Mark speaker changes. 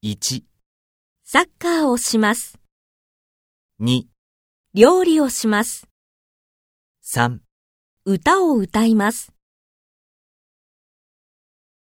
Speaker 1: 1、
Speaker 2: サッカーをします。
Speaker 1: 2、
Speaker 2: 料理をします。
Speaker 1: 3
Speaker 2: 歌を歌います。